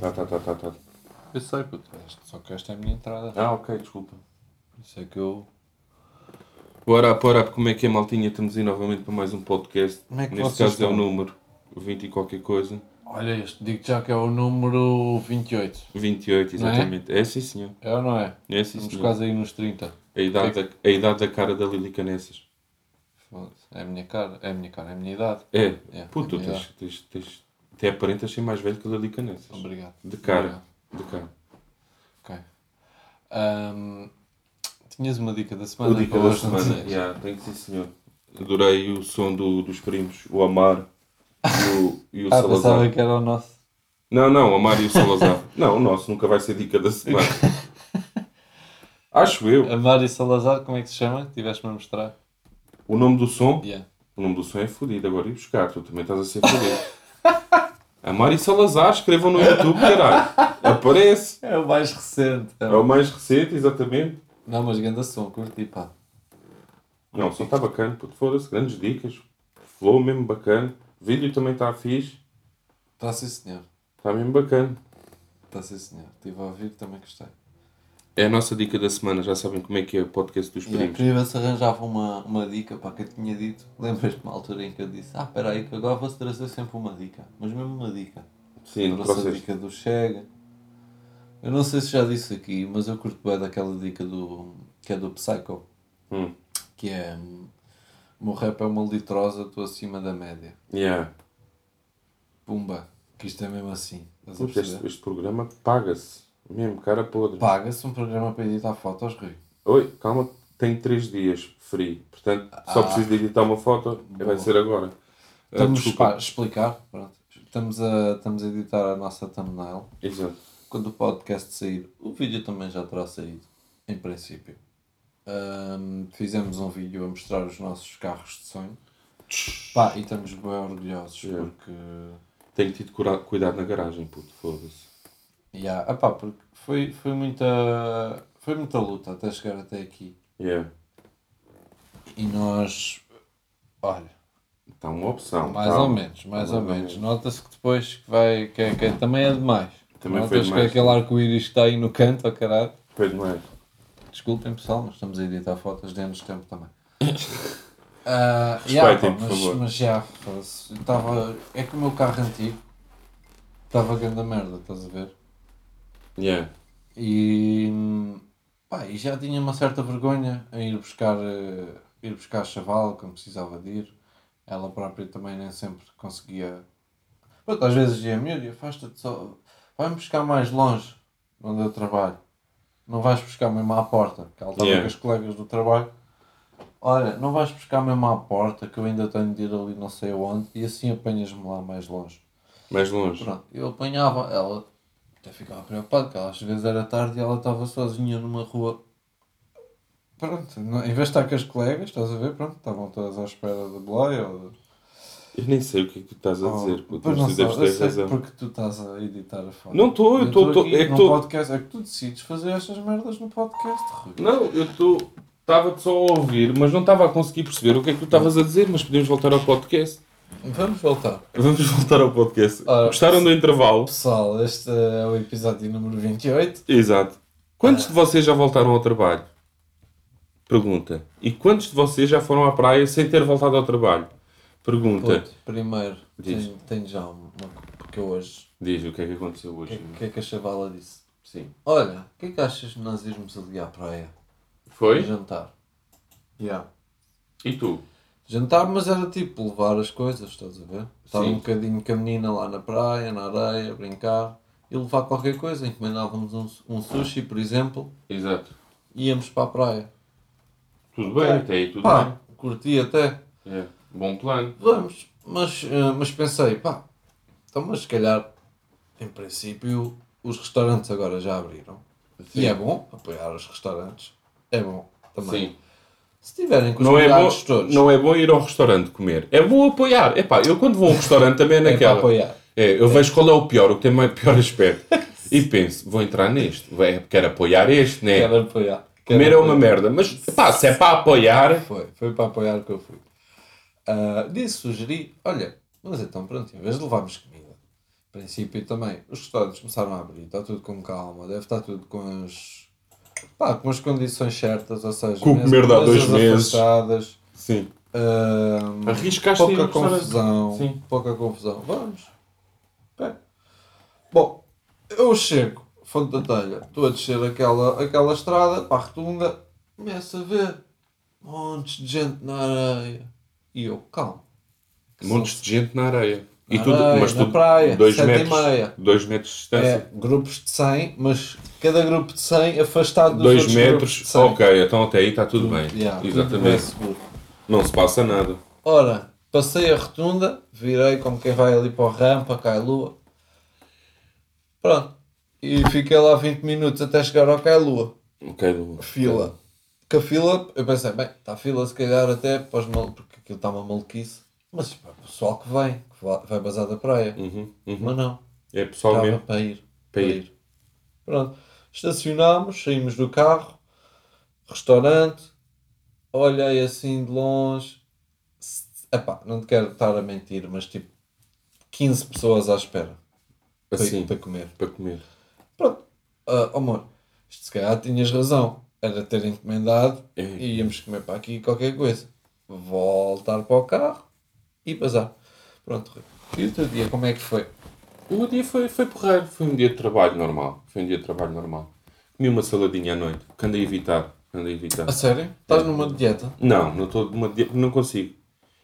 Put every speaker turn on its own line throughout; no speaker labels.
tá
tá, tá, tá.
Eu sei, puto. Este- Só que esta é a minha entrada.
Ah, ok, desculpa.
Por isso é que eu.
Bora, bora, como é que é, maltinha? Estamos aí novamente para mais um podcast.
Como é que
Neste
vocês
caso é
estão?
o número 20 e qualquer coisa.
Olha este, digo já que é o número 28.
28,
Não é?
exatamente. É? sim, senhor.
É ou não é?
É sim,
Estamos
senhor.
quase aí nos 30.
A, idade da, a idade da cara da Lili Canessas.
Foda-se. É a minha cara, é a minha cara, é a minha idade.
É,
É,
puto,
é
tu
melhor.
tens, tens, tens, até aparentas ser mais velho que a Lili Canessas.
Obrigado.
De cara, de cara.
Ok. Ahm, tinhas uma dica da semana?
O dica
para
da
hoje, não
semana.
tinhas?
Yeah, tem que ser, senhor. Adorei o som do- dos primos, o Amar e o, e o
Ah,
Salazar.
pensava que era o nosso.
Não, não, o Amar e o Salazar. não, o nosso nunca vai ser dica da semana. Acho eu.
A Mário Salazar, como é que se chama? Que Tiveste-me a mostrar.
O nome do som.
Yeah.
O nome do som é fodido. Agora ir buscar, tu também estás a ser fodido. Amar e Salazar, escrevam no YouTube, caralho. Aparece.
É o mais recente.
É o mais recente, exatamente.
Não, mas grande som, curti pá.
Não, só está bacana, puto, foda-se, grandes dicas. Flow mesmo bacana. Vídeo também está fixe.
Está Tá sim senhor.
Está mesmo bacana.
Está sim senhor. Estive a ouvir também gostei.
É a nossa dica da semana, já sabem como é que é o podcast dos
Yeah,
primos.
queria ver se arranjava uma, uma dica para que eu tinha dito. Lembras-te uma altura em que eu disse, ah, espera aí, que agora vou-te trazer sempre uma dica. Mas mesmo uma dica.
Sim,
a
no
nossa
processo.
dica do Chega. Eu não sei se já disse aqui, mas eu curto bem daquela dica do que é do Psycho.
Hum.
Que é hum, meu rap é uma litrosa, estou acima da média.
Yeah.
Pumba, que isto é mesmo assim. Estás a
Puto,
perceber?
Este, este programa paga-se. Mesmo, cara podre.
Paga-se um programa para editar fotos, Rui.
Oi, calma, tenho 3 dias free. Portanto, só
Ah.
preciso de editar uma foto. Vai ser agora. Ah,
Estamos
desculpa.
a explicar. Pronto. Estamos, a, estamos a editar a nossa thumbnail.
Exato.
Quando o podcast sair, o vídeo também já terá saído, em princípio. Ahm, fizemos um vídeo a mostrar os nossos carros de sonho. Pá, e estamos bem orgulhosos
Yeah.
porque.
Tenho tido cura- cuidado na garagem, puto, foda-se.
Yeah. Ah, pá, porque foi, foi, muita, foi muita luta até chegar até aqui.
Yeah.
E nós. Olha,
Está Tá uma opção.
mais
calma.
ou menos, mais ou
Mais ou
menos. Nota-se que depois que vai. Que, é- que é- também é demais.
Também foi
Nota-se que é
demais.
aquele arco-íris que está aí no canto, a caralho.
Pois não é.
Desculpem pessoal, mas estamos a editar fotos, demos tempo também. Ah,
Respeitem,
pá,
por
mas,
favor.
Mas já, foda-se, eu tava, é que o meu carro antigo estava grande a merda, estás a ver?
Yeah.
E, pá, e já tinha uma certa vergonha em ir buscar, eh, ir buscar a chaval quando precisava de ir. Ela própria também nem sempre conseguia. Pronto, às vezes dizia, Miúdia, afasta-te só, vai-me buscar mais longe de onde eu trabalho. Não vais buscar mesmo à porta, porque ela estava
Yeah.
com as colegas do trabalho. Olha, não vais buscar mesmo à porta, que eu ainda tenho de ir ali não sei onde, e assim apanhas-me lá mais longe.
Mais longe.
Pronto, eu apanhava, ela até ficava preocupada, porque ela às vezes era tarde e ela estava sozinha numa rua. Pronto, não- em vez de estar com as colegas, estás a ver, pronto, estavam todas à espera da boleia. Ou...
Eu nem sei o que é que tu estás a dizer,
ou-
puto,
Oh, Pois
mas
não
tu
sei,
deves ter
eu sei
razão.
porque tu estás a editar a foto.
Não estou, eu estou.
aqui
É que
num
estou.
podcast, é que tu decides fazer estas merdas no podcast, Rui.
Não, eu estou. Estava-te só a ouvir, mas não estava a conseguir perceber o que é que tu estavas a dizer, mas podemos voltar ao podcast.
Vamos voltar.
Vamos voltar ao podcast.
Ah.
Gostaram do intervalo?
Pessoal, este é o episódio número 28.
Exato.
Ah.
Quantos de vocês já voltaram ao trabalho? Pergunta. E quantos de vocês já foram à praia sem ter voltado ao trabalho? Pergunta.
Puto, primeiro,
Diz.
tenho, tenho já uma. Porque eu hoje.
Diz o que é que aconteceu
O que,
hoje.
é- que é que a chavala disse?
Sim.
Olha, o que é que achas de nós irmos ali à praia?
Foi?
Jantar. Yeah.
E tu?
Jantar, mas era tipo levar as coisas, estás a ver? Estava
Sim.
um bocadinho com a menina lá na praia, na areia, a brincar. E levar qualquer coisa, encomendávamos um, um sushi, por exemplo,
Exato.
e íamos para a praia.
Tudo bem, até aí tudo
Pá, curti até.
bem. É. Bom plano.
Vamos, mas, eh, mas pensei, pá, então mas se calhar, em princípio, os restaurantes agora já abriram. E é bom apoiar os restaurantes. É bom também.
Sim.
Se tiverem com os
Não é, bom,
cuidados todos,
não é bom ir ao restaurante comer. É bom apoiar. Epá, eu quando vou a um restaurante também é
é para
naquela.
apoiar.
É, eu vejo qual é o pior, o que tem mais pior aspecto. e penso, vou entrar neste. É, quero apoiar este, né?
Quero apoiar. Quero
Comer é uma
apoiar.
merda, mas pá, se é para apoiar.
Foi, foi para apoiar que eu fui. Ah, disse, sugeri, olha, mas então pronto, em vez de levarmos comida, princípio também, os restaurantes começaram a abrir, está tudo com calma, deve estar tudo com as, pá, com as condições certas, ou seja,
Com o
mesas-
comer de há dois
mesas
meses.
afastadas,
Sim.
hum,
Arriscaste ir
pouca
ao restaurante.
confusão,
Sim.
pouca confusão, vamos, Bem. bom, eu chego, fonte da telha, estou a descer aquela, aquela estrada para a rotunda, começo a ver montes de gente na areia, e eu, calma, que
Montes de gente na areia. E
Na
tudo,
areia,
mas
na
tudo
praia,
dois
sete e
metros,
meia.
dois metros de
É,
distância.
grupos de 100, mas cada grupo de 100 afastado dos
dois
outros grupos de
metros,
100.
ok, então até aí está tudo bem.
Yeah, tudo bem
Exatamente.
seguro.
Não se passa nada.
Ora, passei a rotunda, virei como quem vai ali para o rampa, cai lua. Pronto. E fiquei lá 20 minutos até chegar ao cai lua.
Ok, Lu.
Fila. Que a fila, eu pensei, bem, está a fila se calhar até para os mal, porque aquilo está uma maluquice. Mas pá, o pessoal que vem, que vai, vai bazar da praia.
Uhum, uhum.
Mas não.
É pessoal
Dava
mesmo.
para ir. Para
Para ir.
ir. Pronto. Estacionámos, saímos do carro, restaurante, olhei assim de longe. S- Epá, não te quero estar a mentir, mas tipo 15 pessoas à espera para,
Assim,
para comer.
para comer.
Pronto. Ah, oh, amor, isto se calhar tinhas razão. Era ter encomendado
É.
e íamos comer para aqui qualquer coisa. Voltar para o carro e passar. Pronto, Rui. E o teu dia, como é que foi?
O meu dia foi, foi porreiro, foi um dia de trabalho normal. Foi um dia de trabalho normal. Comi uma saladinha à noite, que andei a evitar. que Andei a evitar.
A sério? Estás
É.
numa dieta?
Não, não estou de uma dia- não consigo.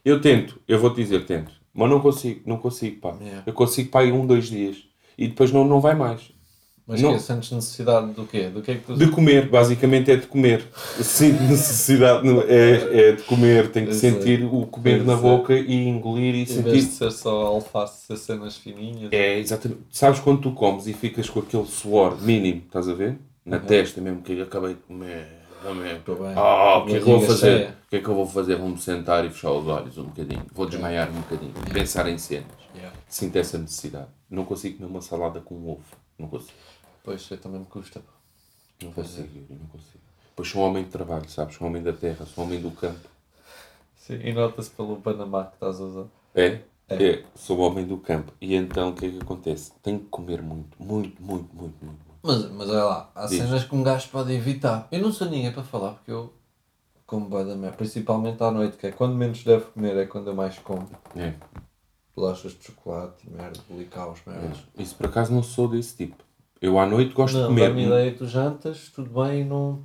Eu tento, eu vou te dizer, tento. Mas não consigo, não consigo, pá.
Yeah.
Eu consigo, pá, em um, dois dias. E depois não, não vai mais.
Mas
Não.
que sentes necessidade do quê? Do que é que tu
De comer, basicamente é de comer. Sinto necessidade, não- é, é de comer. Tenho que
Pois é.
sentir o comer
Pois
na
é.
boca e engolir e
em vez de
sentir.
ser só alface, ser cenas fininhas?
É, exatamente. Sabes quando tu comes e ficas com aquele suor mínimo, estás a ver? Na testa mesmo, que eu acabei de comer. também.
Uhum. Tô bem.
Ah, o que é que eu vou
Barriga
fazer?
cheia.
O que é que eu vou fazer? Vou-me sentar e fechar os olhos um bocadinho. Vou desmaiar um bocadinho. Pensar em cenas.
Yeah.
Sinto essa necessidade. Não consigo comer uma salada com ovo. Não consigo.
Pois, eu também me custa.
Não
é.
consigo, Yuri, não consigo. Pois sou um homem de trabalho, sabes? Sou um homem da terra, sou um homem do campo.
Sim, e nota-se pelo Panamá que estás a usar.
É? É. Sou um homem do campo. E então o que é que acontece? Tenho que comer muito, muito, muito, muito, muito. muito.
Mas, mas olha lá, há
Diz.
cenas que um gajo pode evitar. Eu não sou ninguém para falar, porque eu como bué da merda, principalmente à noite, que é quando menos devo comer, é quando eu mais como.
É.
Bolachas de chocolate, merda, bolicaus, merdas.
Isso por acaso não sou desse tipo. Eu à noite gosto de
Não,
comer.
dá-me ideia que tu jantas, tudo bem, não...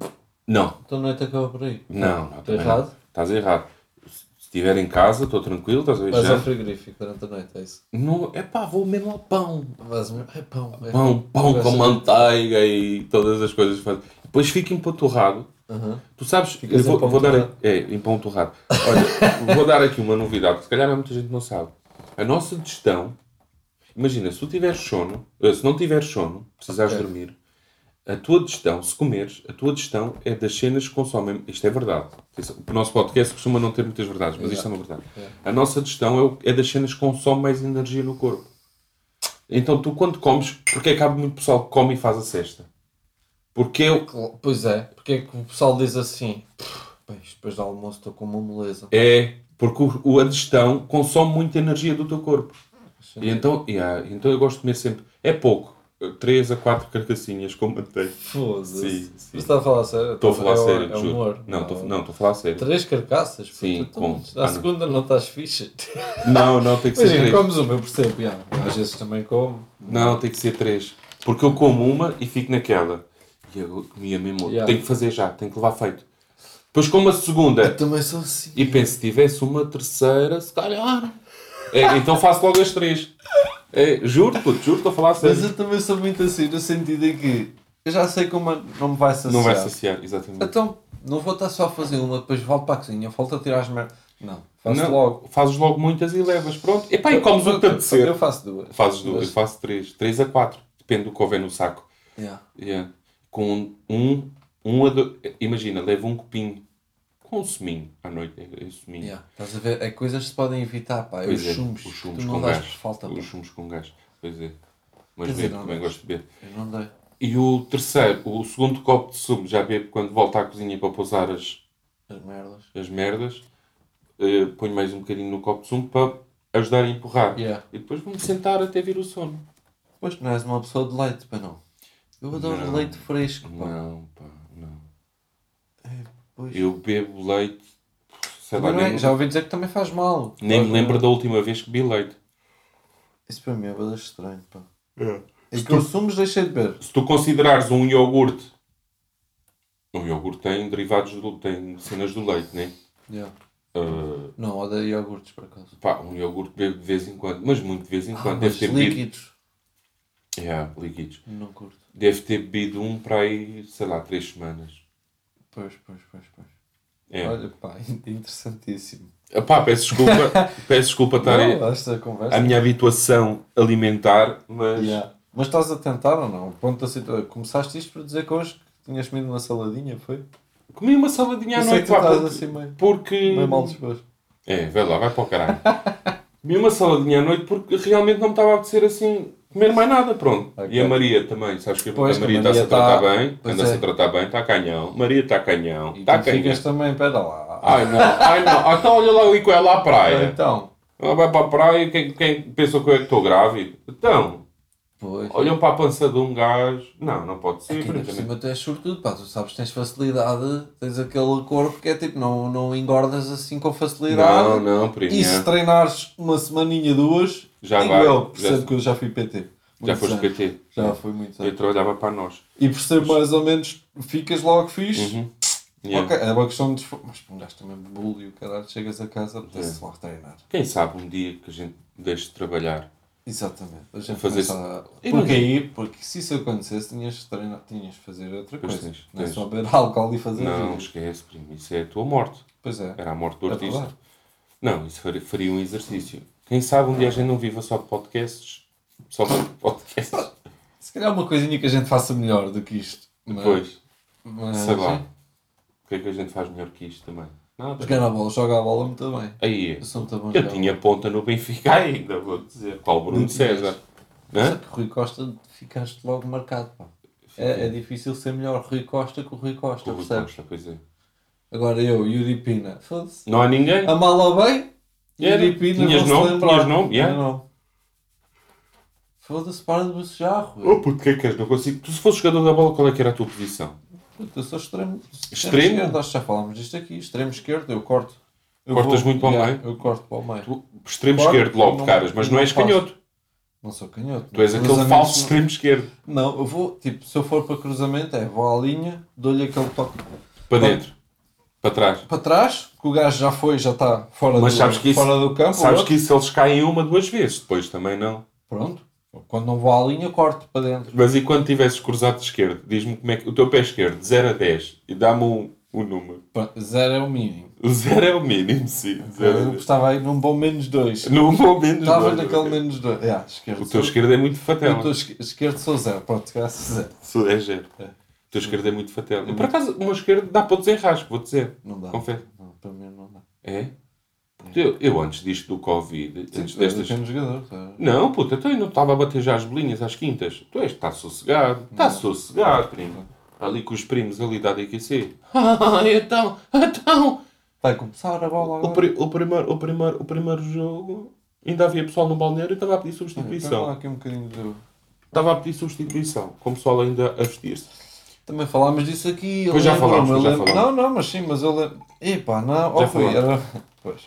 Não,
Então noite acaba por aí.
não, não.
Estou
também
errado?
não. Estás errado. Se se estiver em casa, estou tranquilo, estás a ver?
Vais
Já?
ao frigorífico durante a noite, é isso?
Não, é pá, vou mesmo ao pão.
Mas é pão, é
Pão, pão com
Gosto.
manteiga e todas as coisas. que fazem. Depois fico empanturrado.
Aham.
Tu sabes,
Ficas
eu vou,
em pão
vou dar
torrado.
é, em pão torrado. Olha, vou dar aqui uma novidade, que se calhar muita gente não sabe. A nossa digestão, imagina, se tu tiveres sono, eh, se não tiveres sono, precisares
Ok.
dormir, a tua digestão, se comeres, a tua digestão é das cenas que consomem. Isto é verdade. Isso- O nosso podcast costuma não ter muitas verdades, mas isto é uma verdade. A nossa digestão é, o- é das cenas que consomem mais energia no corpo. Então tu quando comes, porque é que há muito pessoal que come e faz a cesta? Porque eu,
Cla- Pois é, porque é que o pessoal diz assim? "Pff, Bem, isto depois do almoço estou com uma moleza.
É, porque o, o- a digestão consome muita energia do teu corpo. E então, yeah, então eu gosto de comer sempre. É pouco. 3 a 4 carcassinhas com manteiga.
Foda-se.
Sim, sim.
Mas está a falar sério?
Estou a falar
é, o-
sério,
É
juro.
humor.
Não, estou não, estou a falar sério.
Três carcaças?
Sim,
puta,
com-
então,
ah,
À
não.
segunda não estás ficha.
Não, não, tem que ser
Imagina,
3.
comes uma, eu percebo. já. Às vezes também como.
Não, tem que ser 3. Porque eu como uma e fico naquela. E eu comia mesmo outra.
Yeah.
Tenho que fazer já, tenho que levar feito. Depois como a segunda
Também sou assim.
e penso, se tivesse uma terceira, se calhar. É, então faço logo as 3. É, juro, puto, juro, estou a falar sério.
Mas eu também sou muito assim, no sentido em que eu já sei que uma não me vai saciar.
Não vai saciar, exatamente.
Então, não vou estar só a fazer uma, depois volto para a cozinha, volto a tirar as merdas. Não, faço
Não,
logo.
Fazes logo muitas e levas, pronto. Epá, e comes o que te
Eu
apetecer.
faço duas.
Fazes duas, eu faço três. Três a quatro, depende do que houver no saco.
Yeah.
Yeah. Com um, um a dois. Imagina, levo um copinho. Com um suminho à noite, é é suminho.
Yeah. Estás a ver? É coisas que se podem evitar, pá. É
Pois
os
é,
chumos.
os chumos
tu não
com
dás
gás.
por falta, pá.
Os chumos com gás, pois é.
Quer
Mas
dizer,
bebo,
não,
também
mas-
gosto de beber.
Eu não dei.
E o terceiro, o segundo copo de sumo, já bebo quando volto à cozinha para pousar as,
As merdas.
as merdas, eh, ponho mais um bocadinho no copo de sumo para ajudar a empurrar.
Yeah.
E depois vou-me sentar até vir o sono.
Pois não és uma pessoa de leite, pá, não. Eu adoro
Não.
leite fresco, pá.
Não, pá, não.
É, Pois.
Eu bebo leite, sei lá,
Também não é-
nem,
já ouvi dizer que também faz mal.
nem me
Mas,
lembro
não-
da última vez que bebi leite.
Isso para mim é bastante estranho, pá. É
Se
que eu
tu,
sumos deixei de beber.
se tu considerares um iogurte, um iogurte tem derivados, do, tem cenas do leite, né?
Yeah.
Ah,
Uh, Não, odeio iogurtes, por acaso.
pá, um iogurte bebo de vez em quando, mas muito de vez em
Ah,
quando.
mas
Deve ter bebido.
líquidos,
Yeah, líquidos.
não curto.
Deve ter bebido um para aí, sei lá, três semanas.
Pois, pois, pois, pois.
É.
Olha, pá, interessantíssimo.
Epá, peço desculpa, peço desculpa estar aí-
Não, esta conversa.
é. a minha habituação alimentar, mas
Yeah. Mas estás a tentar ou não? O Ponto da situa- Começaste isto por dizer que hoje que tinhas comido uma saladinha, foi?
comi uma saladinha à
Eu sei que
noite
tu
lá
estás
porque-
assim meio,
porque...
meio mal disposto.
É, vai lá, vai para o caralho. comi uma saladinha à noite porque realmente não me estava a apetecer assim comer mais nada, pronto.
Ok.
E a Maria também, sabes que
Pois,
a
que
Maria
a Maria
está-se a
tá-
tratar bem,
Pois
anda-se
é.
a tratar bem, está canhão. Maria está canhão,
E
está
tu ficas
canhão.
também, pera lá.
Ai não, ai não, Ah, então olha lá eu ir com ela à praia.
então.
Ela vai para a praia e quem, quem pensou que eu é que estou grávido? Então,
Pois.
olham para a pança de um gajo. Não, não pode ser.
É que ainda por
francamente.
cima tu és sortudo, pá, tu sabes que tens facilidade, tens aquele corpo que é tipo, não, não engordas assim com facilidade.
Não, não, primo.
E se treinares uma semaninha, duas,
Já
digo
vai,
eu, percebo
já-
que eu já fui PT.
Já
Muitos
foste
anos.
PT.
Já foi muito
Eu
anos.
trabalhava para nós.
E percebo mais ou menos, ficas logo fixe.
Uhum. Yeah.
Ok, é uma questão de esforço. Mas pá, um gajo também bully o caralho, chegas a casa, apetece logo treinar.
Quem sabe um dia que a gente deixe de trabalhar.
Exatamente. A gente
Fazer
começa a...
E
Porque
é? ninguém-
aí, porque se isso acontecesse, tinhas de treinar, tinhas de fazer outra
Pois
coisa.
tens,
não é
tens.
só beber álcool e fazer
Não,
vídeos.
esquece, primo. Isso é a tua morte.
Pois é.
Era a morte do
É
artista.
verdade.
Não, isso faria- faria um exercício. Quem sabe um dia a gente não viva só de podcasts. Só de podcasts.
Se calhar uma coisinha que a gente faça melhor do que isto. não é?
Depois,
Mas,
sei lá.
Ah, sim.
O que é que a gente faz melhor que isto também? Nada.
Jogar a bola, joga a bola muito bem.
Aí, é.
Eu sou muito bom
eu
jogador.
tinha ponta no Benfica ainda, vou dizer. Qual Bruno
Não tinhas.
César?
Só
né? Hã?
É que Rui Costa ficaste logo marcado. pá. É, é difícil ser melhor Rui Costa que o Rui Costa,
Com o Rui
percebes?
Costa, pois é.
Agora eu, Yuri Pina. Foda-se.
Não há ninguém?
A mal ou bem,
Era.
Yuri Pina
Tinhas
vão-se
nome?
lembrar.
Tinhas nome? Yeah.
Tinha nome. Foda-se, para de bocejar, Rui.
Oh, puto, o que é que queres? Não consigo. Tu se fosses jogador da bola, qual é que era a tua posição?
Puta, eu sou extremo,
Extremo?
esquerdo, acho que já falámos disto aqui. Extremo esquerdo, eu corto. Eu
Cortas muito para o
yeah,
meio?
Eu corto para o meio.
Tu, extremo
Claro,
esquerdo logo,
não-
de caras, mas não és
não faço.
canhoto.
Não sou canhoto.
Tu és
não. é?
aquele
Cruzamentos
falso
não-
extremo esquerdo.
Não, eu vou, tipo, se eu for para cruzamento, é vou à linha, dou-lhe aquele toque
Para
Claro.
dentro. Para trás.
para trás, que o gajo já foi, já está fora,
Mas
do,
sabes que isso-
fora do campo.
Sabes
o outro.
que isso eles caem uma, duas vezes. Depois também não.
Pronto, quando não vou à linha, corto para dentro.
Mas e quando tivesses cruzado de esquerdo? Diz-me como é que... O teu pé esquerdo, de 0 a 10. E dá-me um, um número.
Pronto, zero é o mínimo.
O 0 é o mínimo, sim. Zero
Eu
é-
estava aí num bom menos dois.
Não vou menos
Estava
dois,
naquele
ok.
menos dois. É, esquerdo.
O teu esquerdo é muito fatela.
Eu estou esque- esquerdo sou zero. Pronto, graças a zero.
Sou- É gero.
É.
O teu esquerdo é muito fatela. E por acaso, o meu esquerdo dá para dizer rasgo, vou dizer.
Não dá.
Confesso.
Não, para mim não dá.
É? Eu, eu antes disto do Covid, antes
Tu és um
destas.
pequeno jogador. tá?
Não, puta, então eu não estava a bater já as bolinhas às quintas. Tu és, está sossegado, está sossegado, primo. Tá Ali com os primos ali da DQC. Ah, então, então.
Vai começar a bola
O,
agora.
pri- o primeiro, o, primeiro, o primeiro jogo, ainda havia pessoal no balneário e estava a pedir
Põe lá
substituição.
aqui um bocadinho de...
Estava a pedir substituição, com o pessoal ainda a vestir-se.
Também falámos disso aqui. eu
Pois já
lembro-me,
falámos,
eu
já
lembro-
falámos.
Não, não, mas sim, mas eu lembro. Epá, não.
Já
ó, Rui,
falámos.
era. Pois.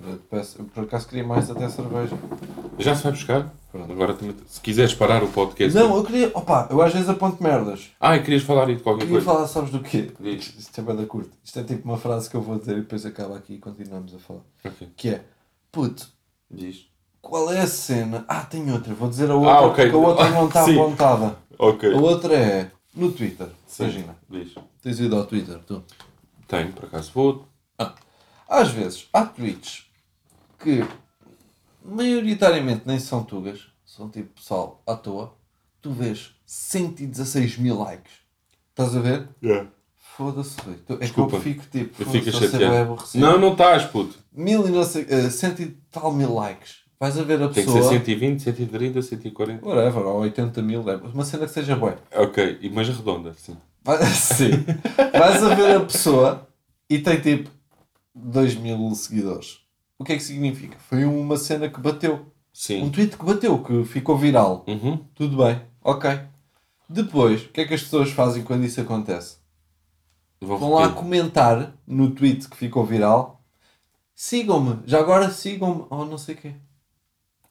Era de peça- Eu, por acaso queria mais até cerveja.
Já se vai buscar?
Pronto.
Agora também, se quiseres parar o podcast.
Não, eu queria. Opa, eu às vezes aponto merdas.
Ai, Ah, querias falar aí de qualquer
Queria
coisa?
falar, sabes do quê?
Diz.
Isto é bem da curta. Isto é tipo uma frase que eu vou dizer e depois acaba aqui e continuamos a falar.
Ok.
Que é. Puto,
Diz.
qual é a cena? Ah, tem outra. Vou dizer a outra
Ah, ok.
porque a outra não está
Sim.
apontada.
Ok.
A outra é no Twitter.
Sim,
Imagina.
Diz.
Tens ido ao Twitter, tu?
Tenho, por acaso vou.
Às vezes há tweets que maioritariamente nem são tugas, são tipo pessoal à toa. Tu vês 116 mil likes. Estás a ver? Foda-se, Rui. Tu- É que eu
Desculpa.
fico tipo.
Eu fico
foda-se, você vai
chateado.
aborrecer.
Não, não estás, puto.
Mil e não sei. eh, cento e tal mil likes. Vais a ver a
Tem que ser
pessoa.
120, 130, 140.
Whatever, ou 80 mil. é Uma cena que seja boa.
Ok, e mais redonda, sim.
Vai, sim. Vais a ver a pessoa e tem tipo 2 mil seguidores. O que é que significa? Foi uma cena que bateu. Um
Sim.
tweet que bateu, que ficou viral.
Uhum.
Tudo bem, ok. Depois, o que é que as pessoas fazem quando isso acontece?
Vou
Vão lá
repetir.
comentar no tweet que ficou viral. Sigam-me, já agora sigam-me, ou não sei o quê.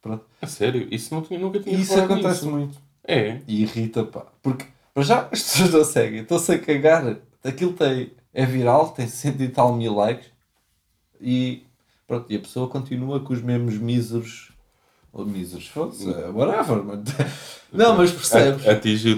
Pronto.
A sério, isso não tinha, nunca
E
tinha
isso
reparado
acontece
nisso.
muito.
É.
E irrita, pá. Porque, para já, as pessoas não seguem. Estão-se a cagar. Aquilo tem, é viral, tem cento e tal mil likes. E, pronto, e a pessoa continua com os mesmos míseros. Ou míseros, foda-se, é whatever. Mas... Não, mas percebes.
A- Atingiu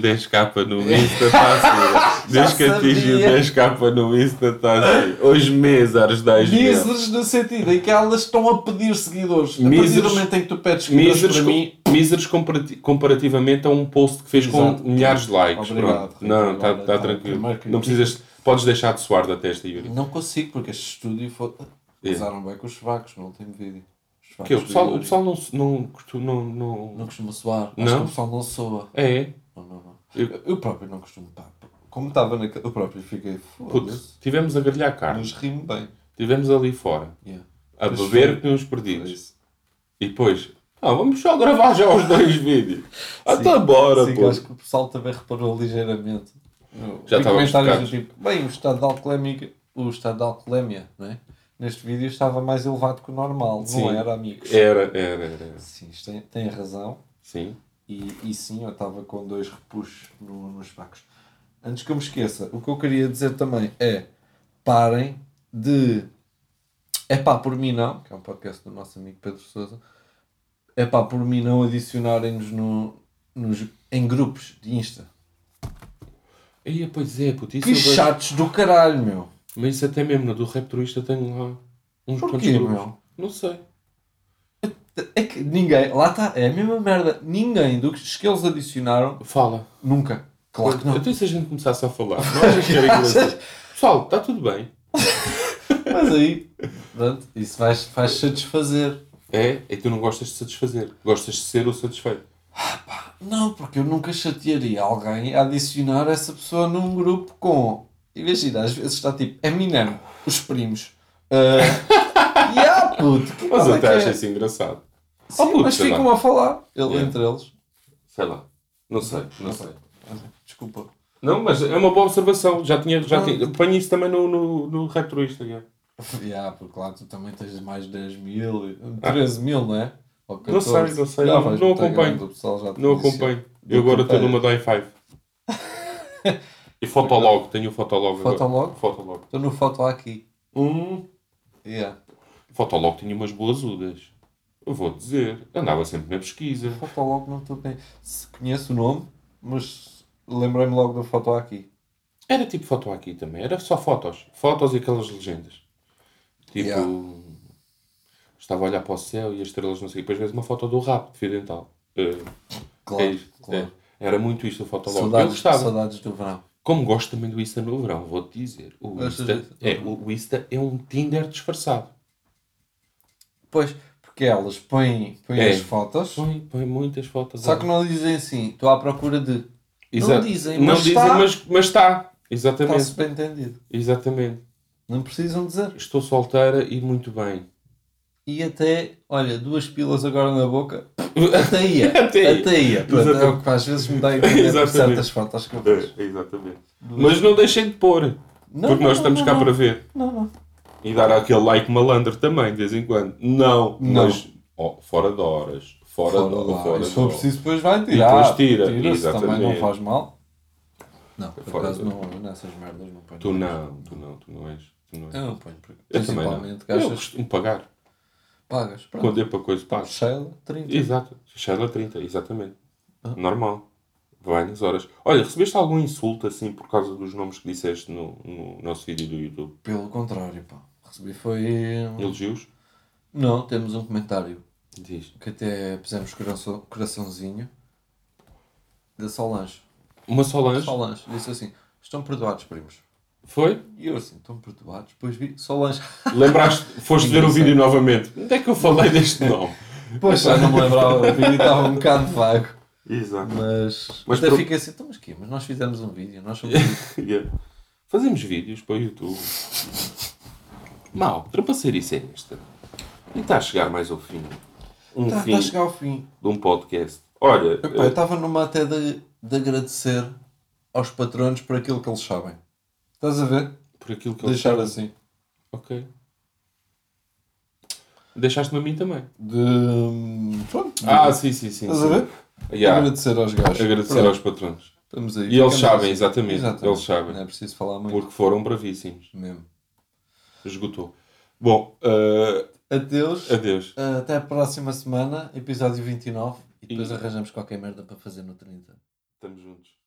10k no Insta, está assim.
Já
Desde que atingiu
sabia.
10k no Insta, está assim. Hoje mesares 10 mil.
Míseros no sentido em que elas estão a pedir seguidores. A partir do
Míseros-
momento em que tu pedes seguidores
Míseros,
para mim,
com- míseros comparati- comparativamente a um post que fez
Exato.
com milhares de likes.
Obrigado,
Pronto.
Rita,
Não, está
agora
tá
tá.
tranquilo.
Primeiro que-
Não precisas. Podes deixar de suar da testa, Yuri.
não consigo porque este estúdio foi...
É.
usaram bem com os chuvacos no último vídeo. Os
Que, é o
chuvacos
pessoal,
do
o
Yuri.
pessoal não, se- não, curtu- não, não,
não costuma soar. Acho
Não?
que o pessoal não soa.
É,
Não, não, não.
Eu-
Eu próprio não costumo. Pá, como estava naquele. Eu próprio fiquei
puto,
foda-se.
tivemos a grelhar carne,
Mas rimo bem.
tivemos ali fora,
Yeah.
a
Pois
beber
foi.
que uns
É
perdidos.
isso.
E depois, ah, vamos só gravar já os dois
Sim.
vídeos. Até Tá bora,
Sim,
pô.
acho que o pessoal também reparou ligeiramente. Eu
Já
vi
estávamos
comentários do
tocados.
tipo, bem, o estado de alcoolemia, o estado de alcoolemia, né? Neste vídeo estava mais elevado que o normal,
Sim. É.
não era, amigos?
Era, era, era. era.
Sim, isto tem, tem razão.
Sim.
E, e sim, eu estava com dois repuxos no- nos pacos. Antes que eu me esqueça, o que eu queria dizer também é parem de. É pá, por mim não, que é um podcast do nosso amigo Pedro Souza. É pá, por mim não adicionarem-nos no, nos, em grupos de Insta.
E pois é, puto, isso
Que
eu vejo-
chatos do caralho, meu.
Mas isso até mesmo no do Raptorista tenho lá uns quantos
Porquê,
grupos.
meu?
Não sei.
É que ninguém, lá está, é a mesma merda. Ninguém dos que eles adicionaram,
Fala.
nunca. Claro que não.
Até se a gente começasse a falar. Não achas que era engraçado? Pessoal, está tudo bem.
Mas aí, pronto, isso vais, vais satisfazer.
É, e tu não gostas de satisfazer. Gostas de ser o satisfeito.
Não, porque eu nunca chatearia alguém a adicionar essa pessoa num grupo com. Imagina, às vezes está tipo Eminem, os primos. Ah, yeah, puto, que
Mas
merda
até
que
acho
é?
isso engraçado.
Sim,
Oh, puto,
mas
sei
ficam a falar, ele,
Yeah.
entre eles.
Sei lá. Não sei, não sei.
Desculpa.
Não, mas é uma boa observação. Já tinha. Já
Ah.
tinha ponho isso também no, no, no Retroista. já.
Yeah, porque lá tu também tens mais de 10 mil, 13 mil, não é? Ou
Não sei,
14.
não sei,
Já
não-
vais
não
muito
acompanho.
grande, o pessoal já te
Não
conhecia.
acompanho. Eu agora estou numa die 5. E Fotolog, tenho o Fotolog agora.
Fotolog?
Fotolog.
Estou Então no foto aqui.
Hum.
Yeah.
Fotolog tinha umas boas udas. Eu vou dizer. Andava sempre na pesquisa.
Foto logo não estou bem. Se conheço o nome, mas lembrei-me logo da foto aqui.
Era tipo foto aqui também. Era só fotos. Fotos e aquelas legendas. Tipo.
Yeah.
Estava a olhar para o céu e as estrelas, não sei. Depois vês uma foto do rap, de fio dental. Eh,
Claro,
é isto.
claro.
É. Era muito isto o Fotolog. Eu
Saudades,
gostava.
saudades do verão.
Como gosto também do Insta no verão, vou-te dizer. O
Gostas
Insta,
disso?
é, o, o Insta é um Tinder disfarçado.
Pois, porque elas põem, põem
É.
as fotos,
Põe, põe muitas fotos.
só
lá.
que não dizem assim, estou à procura de.
Exa-
Não dizem,
não
mas
dizem,
está.
mas, mas está. Exatamente.
Está-se bem entendido.
Exatamente.
Não precisam dizer.
Estou solteira e muito bem.
E até, olha, duas pilas agora na boca. Até ia.
Até ia.
Até ia. Pronto, é
Exatamente.
o que às vezes me dá a entender por
Exatamente.
certas fotos que eu vejo.
É, exatamente. Mas não deixem de pôr.
Não, não,
porque nós
não,
estamos
não,
cá
não.
para ver.
Não, não.
E dar aquele like malandro também, de vez em quando. Não.
Não.
Mas, oh, fora de horas. Fora, de
Fora
horas.
lá.
Fora
E se
de
for
horas.
preciso, depois vai tirar.
depois tira,
Tira-se, também
exatamente.
não faz mal. Não, por
Fora
acaso
de-
não, nessas merdas não ponho.
Tu não, tu não, tu não és. Tu não és.
Eu não ponho. por-
Eu também não.
Principalmente
Eu
gastas,
costumo pagar.
pagas. Pronto.
Quando é para coisa, pago.
Shell, 30.
Exato. Shell a 30, exatamente.
Ah.
Normal. Vai nas horas. Olha, recebeste algum insulto assim por causa dos nomes que disseste no, no nosso vídeo do YouTube?
Pelo contrário, pá. Recebi foi.
Elogios?
Não, temos um comentário
Diz.
que até pusemos coração, coraçãozinho da Solange.
Uma Solange?
Solange disse assim: estão perdoados, primos.
Foi?
E eu assim: estão perdoados? Depois vi Solange.
Lembraste? Foste ver o
Engraçado.
vídeo novamente. Onde é que eu falei deste nome?
Pois já não me lembrava, o vídeo estava um bocado vago.
Exato.
Mas,
Mas
até
pro-
fiquei assim, então, mas quê? Mas nós fizemos um vídeo, nós somos isso."
Yeah. Fazemos vídeos para o YouTube. Mal, trapaceirice é esta. E está a chegar mais ao fim. um
Está
fim
Tá, a chegar ao fim.
de um podcast. Olha, eh,
Epá, eu estava numa até de, de agradecer aos patronos por aquilo que eles sabem. Estás a ver?
por aquilo que
Deixar
eu...
assim.
Ok. Deixaste-me a mim também.
De. Pronto.
Ah, sim, sim, sim.
estás a
sim.
ver?
Yeah.
Agradecer aos gajos.
Agradecer
Pronto,
aos patrões.
estamos aí.
E eles
Ficamos
sabem,
assim.
exatamente. Eles sabem.
Não é preciso falar muito.
Porque foram bravíssimos.
Mesmo.
Esgotou. Bom, eh,
Adeus.
adeus.
Até a próxima semana, episódio 29. E depois arranjamos qualquer merda para fazer no 30.
Estamos juntos.